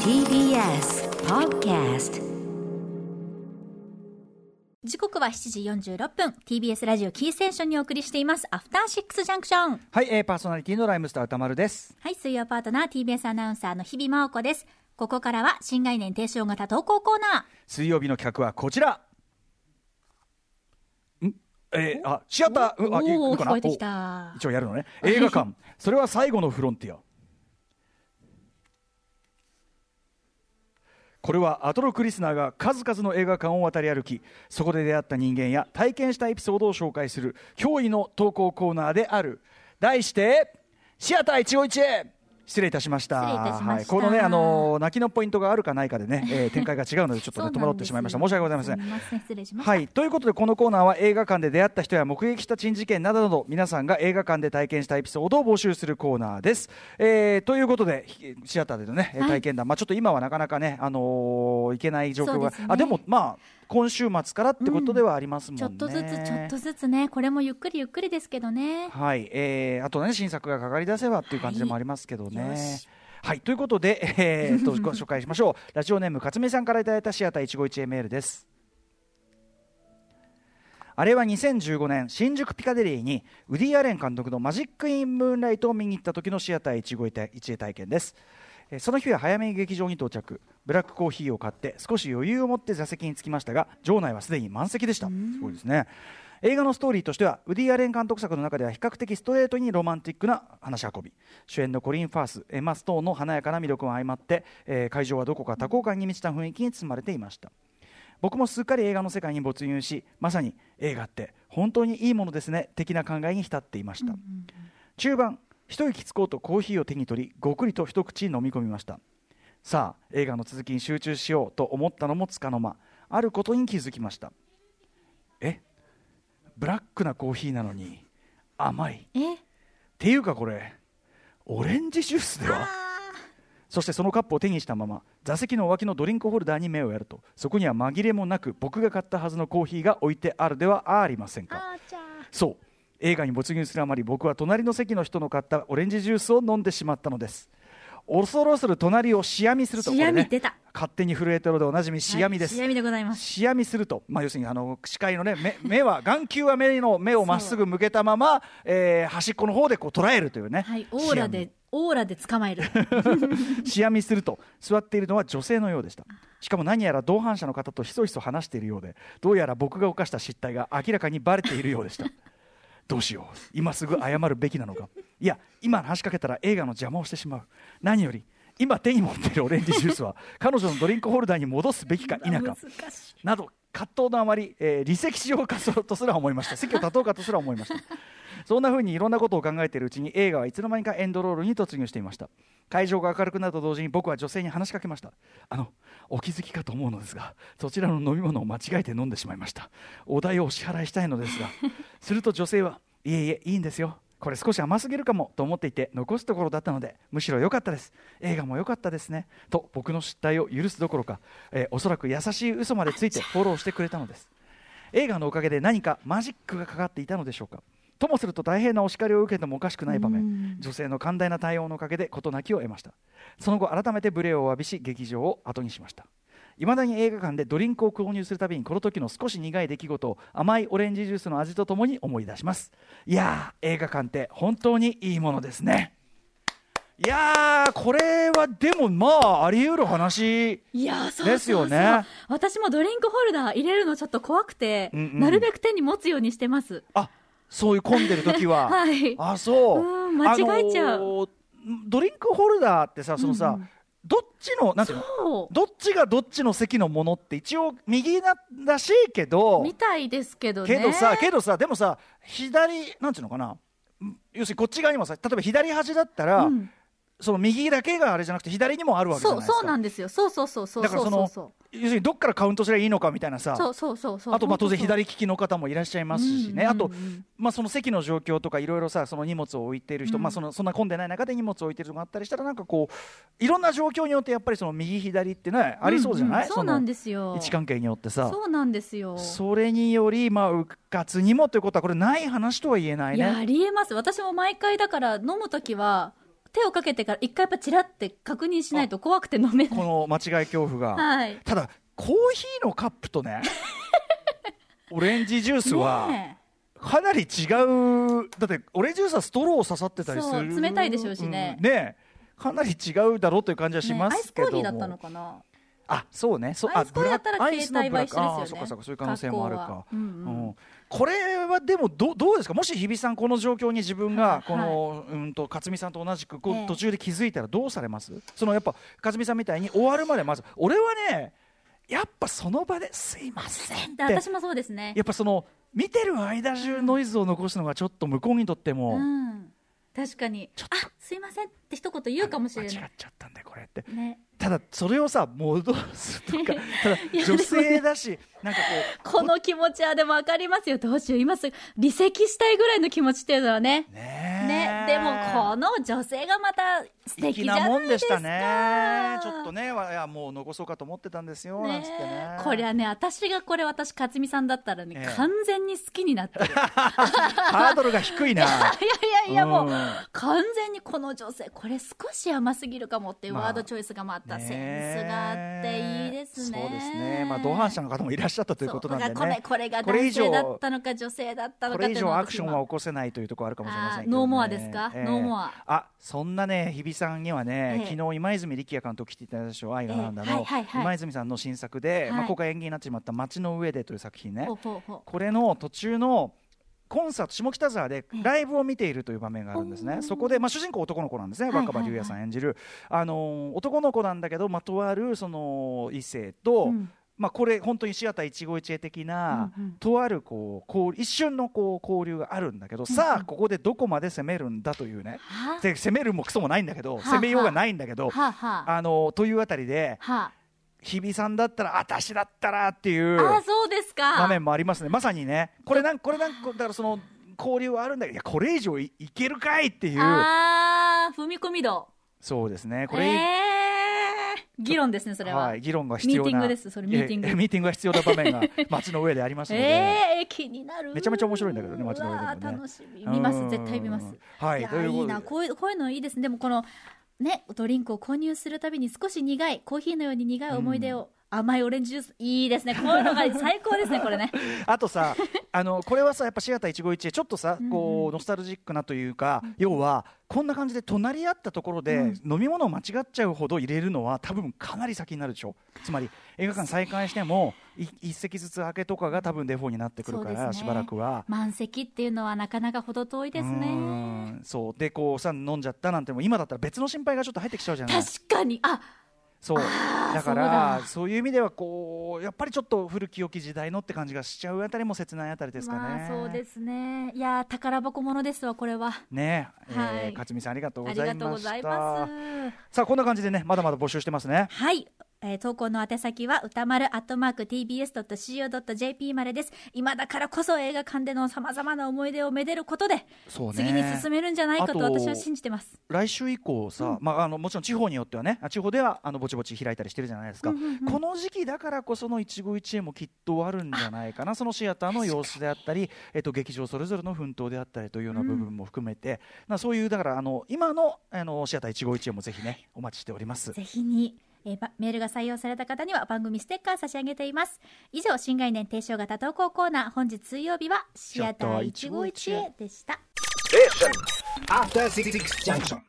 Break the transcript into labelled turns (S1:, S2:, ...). S1: TBS Podcast
S2: 時刻は7時46分 TBS ラジオキーセンションにお送りしていますアフターシックスジャンクション
S3: はい、えー、パーソナリティのライムスター歌丸です。
S2: はい水曜パートナー TBS アナウンサーの日々真央子ですここからは新概念提唱型投稿コーナ
S3: 水曜日の企画はこちら。んえー、あ、シアター、
S2: ー
S3: うんあ、いい
S2: お
S3: い
S2: お
S3: いか
S2: 聞
S3: な
S2: こえてきた
S3: お一応やるのね。映画館、それは最後のフロンティア。これはアトロクリスナーが数々の映画館を渡り歩きそこで出会った人間や体験したエピソードを紹介する驚異の投稿コーナーである題して「シアター一期一会」失礼いたしました
S2: 失礼いたしました
S3: はい、このねあのー泣きのポイントがあるかないかでね、えー展開が違うのでちょっ とね戸惑ってしまいました申し訳ございません
S2: すみません失礼しました、
S3: はい、ということでこのコーナーは映画館で出会った人や目撃した珍事件などなど皆さんが映画館で体験したエピソードを募集するコーナーです。えーということでひシアターでの、ねえー
S2: はい
S3: 体験談、まあ、ちょっと今はなかなかね、あのーいけない状
S2: そ
S3: 況
S2: う
S3: が
S2: ですね
S3: あでも、まあ、今週末からってことではありますもん
S2: ち
S3: ね。
S2: ょっとずつちょっとずつねこれもゆっくりゆっくりですけどね
S3: はい、えー、あとね新作がかかり出せばっていう感じでもありますけどね。
S2: は
S3: はいい
S2: よし
S3: ということで、えー、っとご紹介しましょうラジオネーム勝美さんからいただいたシアター一期一会メールですあれは2015年新宿ピカデリーにウディ・アレン監督の「マジック・イン・ムーンライト」を見に行った時のシアター一期一会一会体験ですえーその日は早めに劇場に到着ブラックコーヒーを買って少し余裕を持って座席に着きましたが場内はすでに満席でしたすごいですね映画のストーリーとしてはウディ・アレン監督作の中では比較的ストレートにロマンティックな話し運び主演のコリン・ファースエマ・ストーンの華やかな魅力も相まって、えー会場はどこか多幸感に満ちた雰囲気に包まれていました僕もすっかり映画の世界に没入しまさに映画って本当にいいものですね的な考えに浸っていました、中盤一息つこうとコーヒーを手に取りごくりと一口飲み込みましたさあ映画の続きに集中しようと思ったのもつかの間あることに気づきましたえブラックなコーヒーなのに甘い
S2: え
S3: っていうかこれオレンジジュースではそしてそのカップを手にしたまま座席の脇のドリンクホルダーに目をやるとそこには紛れもなく僕が買ったはずのコーヒーが置いてあるではありませんか
S2: あーちゃ
S3: そう映画に没入するあまり僕は隣の席の人の買ったオレンジジュースを飲んでしまったのです恐る恐る隣をしやみすると
S2: しやみ
S3: これ
S2: 出た
S3: 勝手に震えてるでおなじみしやみです、
S2: はいしやみでございます
S3: しやみすると、まあ、要するにあの視界の、ね、目 目は眼球は目の目をまっすぐ向けたまま、えー端っこの方でこう捉えるというね、
S2: はいオーラでオーラで捕まえる
S3: しやみすると座っているのは女性のようでしたしかも何やら同伴者の方とひそひそ話しているようでどうやら僕が犯した失態が明らかにバレているようでしたどうしよう今すぐ謝るべきなのかいや今話しかけたら映画の邪魔をしてしまう何より今手に持っているオレンジジュースは彼女のドリンクホルダーに戻すべきか否
S2: 難
S3: か
S2: しい
S3: など葛藤のあまり、えー離席しようかそうとすら思いました席を立とうかとすら思いましたそんな風にいろんなことを考えているうちに映画はいつの間にかエンドロールに突入していました会場が明るくなると同時に僕は女性に話しかけましたあのお気づきかと思うのですがそちらの飲み物を間違えて飲んでしまいましたお代をお支払いしたいのですがすると女性はいえいえいいんですよこれ少し甘すぎるかもと思っていて残すところだったのでむしろ良かったです映画も良かったですねと僕の失態を許すどころか、えーおそらく優しい嘘までついてフォローしてくれたのです映画のおかげで何かマジックがかかっていたのでしょうかともすると大変なお叱りを受けてもおかしくない場面女性の寛大な対応のおかげで事なきを得ましたその後改めて無礼を詫びし劇場を後にしましたいまだに映画館でドリンクを購入するたびにこの時の少し苦い出来事を甘いオレンジジュースの味とともに思い出しますいやー映画館って本当にいいものですねいやーこれはでもまああり得る話
S2: いやーそうそうそう
S3: ですよね
S2: 私もドリンクホルダー入れるのちょっと怖くて、
S3: うんうん
S2: なるべく手に持つようにしてます
S3: あそういう混んでる時 は、
S2: はい
S3: あそう
S2: うん間違えちゃう
S3: あのードリンクホルダーってさそのさ、
S2: うんうん
S3: どっちのなんていうの
S2: そう
S3: どっちがどっちの席のものって一応右ならしいけど
S2: みたいですけどね
S3: けどさけどさでもさ左なんていうのかなん要するにこっち側にもさ例えば左端だったら、
S2: うん
S3: その右だけがあれじゃなくて左にもあるわけじゃな
S2: そう
S3: いですか
S2: そうなんですよそうそうそうそう
S3: だからその
S2: そう
S3: 要するにどっからカウントすればいいのかみたいなさ
S2: そうそうそうそう
S3: あとまあ当然
S2: 本
S3: 左利きの方もいらっしゃいますしね、
S2: うん
S3: あと
S2: うんうん、
S3: まあ、その席の状況とかいろいろさその荷物を置いている人、
S2: うん
S3: まあ、そのそんな混んでない中で荷物を置いてるとかあったりしたらなんかこういろんな状況によってやっぱりその右左ってねありそうじゃない、
S2: んんそうなんです
S3: そ
S2: よ
S3: の位置関係によってさ
S2: そうなんですよ
S3: それによりまあうかつにもということはこれない話とは言えない
S2: い
S3: ね。
S2: やありえます私も毎回だから飲む時は手をかけてから一回やっぱちらって確認しないと怖くて飲めない。
S3: この間違い恐怖が、
S2: はい。
S3: ただコーヒーのカップ とねオレンジジュースは、
S2: ね
S3: かなり違うだってオレンジジュースはストロー刺さってたりす
S2: そ
S3: る
S2: う冷たいでしょうしね
S3: んねえかなり違うだろうという感じは
S2: え
S3: しま
S2: ねアイ
S3: す
S2: ス
S3: け
S2: コ
S3: ど
S2: ー
S3: も、
S2: ヒーだったのかな。
S3: あそうねそう
S2: アイスコーヒーだったら
S3: ブラック
S2: 携帯は一緒ですよね
S3: アイスのブラックあーそうかそうかそういう可能性もある
S2: 格好は
S3: か、
S2: うんうん
S3: うんこれはでもどうどうですかもし日比さんこの状況に自分
S2: は
S3: が
S2: い
S3: この、うんと勝美さんと同じくこう
S2: ええ
S3: 途中で気づいたらどうされます、そのやっぱ勝美さんみたいに終わるまでまず俺はねやっぱその場ですいませんっ
S2: で
S3: て
S2: 私もそうですね。
S3: やっぱその見てる間中ノイズを残すのがちょっと向こうにとっても、
S2: うん。確かに。
S3: ちょっ
S2: あ、すいませんって一言言うかもしれ
S3: 間
S2: な
S3: 違
S2: い
S3: っ。ちゃったんだよこれって
S2: ね。
S3: ただそれをさ戻すとかただ
S2: いや
S3: 女性だしなんかこう
S2: この気持ちはでもわかりますよ。どうしよう。今すぐ離席したいぐらいの気持ちっていうのはね。
S3: ねえ
S2: ね。でも、この女性がまた素敵
S3: 粋
S2: じゃ
S3: な
S2: な
S3: も
S2: い
S3: ん
S2: で
S3: ですし
S2: か。
S3: たねちょっとねわいやもう残そうかと思ってたんですよ、なんつってね
S2: ねこりゃね、私がこれ、私、克美さんだったらね、
S3: ええ
S2: 完全に好きになっ てる。い
S3: ハードルが低いな
S2: やいやいや、もう、
S3: うん
S2: 完全にこの女性、これ少し甘すぎるかもっていう
S3: まあ
S2: ワードチョイスがまた、
S3: ね
S2: センスがあっていいですね。
S3: そうですねまあ同伴者の方もいらっしゃったという
S2: そう
S3: ことなんで
S2: だ
S3: ね
S2: からこれ、これが
S3: これ以
S2: 男
S3: 上
S2: 性だったのか、女性だったの
S3: こ
S2: かっ
S3: れ
S2: て
S3: 以
S2: いうの
S3: 上
S2: は
S3: アクションは起こせないというところあるかもしれませんけ
S2: あ
S3: ど、ね、
S2: ーノーモアですかノーモア
S3: あそんなね日比さんにはね、
S2: ええ
S3: 昨日今泉力也監督来ていただいたでしょ「愛がなんだの」
S2: ええはいはいはい
S3: 今泉さんの新作
S2: は
S3: で、
S2: い
S3: まあ、公開演技になってしまった「街の上で」という作品ね
S2: ほうほうほう
S3: これの途中のコンサート下北沢で
S2: ええ
S3: ライブを見ているという場面があるんですね、
S2: おー
S3: そこで、まあ、主人公男の子なんですね
S2: はいはい
S3: 若葉龍也さん演じる、あのー男の子なんだけどまとわるその異性と、
S2: うん
S3: まあ、これ本当にシアター一期一会的な、
S2: うんうん
S3: とあるこう交流一瞬のこう交流があるんだけど、さあここでどこまで攻めるんだというね、
S2: は
S3: で攻めるもクソもないんだけど、
S2: は
S3: 攻めようがないんだけ
S2: あ
S3: ど、
S2: はあはあ
S3: あのというあたりで
S2: はあ
S3: 日比さんだったら私だったらっていう
S2: あーそうですか
S3: 場面もありますねまさにねこれなんこれなんこだからその交流はあるんだけどいやこれ以上いいけるかいっていう
S2: あー踏み込み度
S3: そうですねこ
S2: こ
S3: れ、
S2: れ、えー議論ですねそれは、
S3: はい、議論が必要
S2: ミ
S3: な
S2: ーティングですそれミーティング
S3: ええミーティングが必要な場面が街の上でありますので。
S2: えー、気になる
S3: めちゃめちゃ面白いんだけどね街の上でもね
S2: うわー楽しみ見ます
S3: うん
S2: 絶対見ます
S3: はいい
S2: や
S3: とい
S2: ーい
S3: うこ
S2: い
S3: とで
S2: なこういうこういうのいいですねでもこのねドリンクを購入するたびに少し苦いコーヒーのように苦い思い出を、甘いオレンジジュースいいですねこういうのが最高ですねこれね
S3: あとさあのこれはさやっぱシアター一期一会ちょっとさこう、ノスタルジックなというか、要はこんな感じで隣り合ったところで、飲み物を間違っちゃうほど入れるのは多分かなり先になるでしょつまり映画館再開してもい一席ずつ開けとかが多分デフォになってくるか
S2: そう
S3: ら、
S2: ですね
S3: しばらくは。
S2: 満席っていうのはなかなか程遠いです
S3: う
S2: ね
S3: んそうでこうさ飲んじゃったなんても今だったら別の心配がちょっと入ってきちゃうじゃない
S2: 確かにあ
S3: そう
S2: あー
S3: だから
S2: そうだ
S3: そういう意味ではこうやっぱりちょっと古き良き時代のって感じがしちゃうあたりも切ないあたりですかね。
S2: まあそうですねいやー宝箱ものですわこれは
S3: ねえ、
S2: はい
S3: えー勝美さんありがとう
S2: あり
S3: ござ
S2: が
S3: いました
S2: とうございます
S3: さあこんな感じでねまだまだ募集してますね
S2: はい。えー投稿の宛先は歌丸アットマーク tbs.co.jp までです。今だからこそ映画館での様々な思い出をめでることで、
S3: そうね
S2: 次に進めるんじゃないかと
S3: あと
S2: 私は信じてます。
S3: 来週以降さ、まあ、あのもちろん地方によってはねあ地方ではあのぼちぼち開いたりしてるじゃないですか、
S2: うんうんうん
S3: この時期だからこその一期一会もきっとあるんじゃないかなそのシアターの様子であったり、えっと、劇場それぞれの奮闘であったりというような部分も含めて、なそういうだからあの今のあのシアター一期一会もぜひねお待ちしております。
S2: ぜひに、えーばメールが採用された方には番組ステッカー差し上げています。以上、新概念提唱型投稿コーナー、本日水曜日はシアター151へでした。
S1: After Six Junction.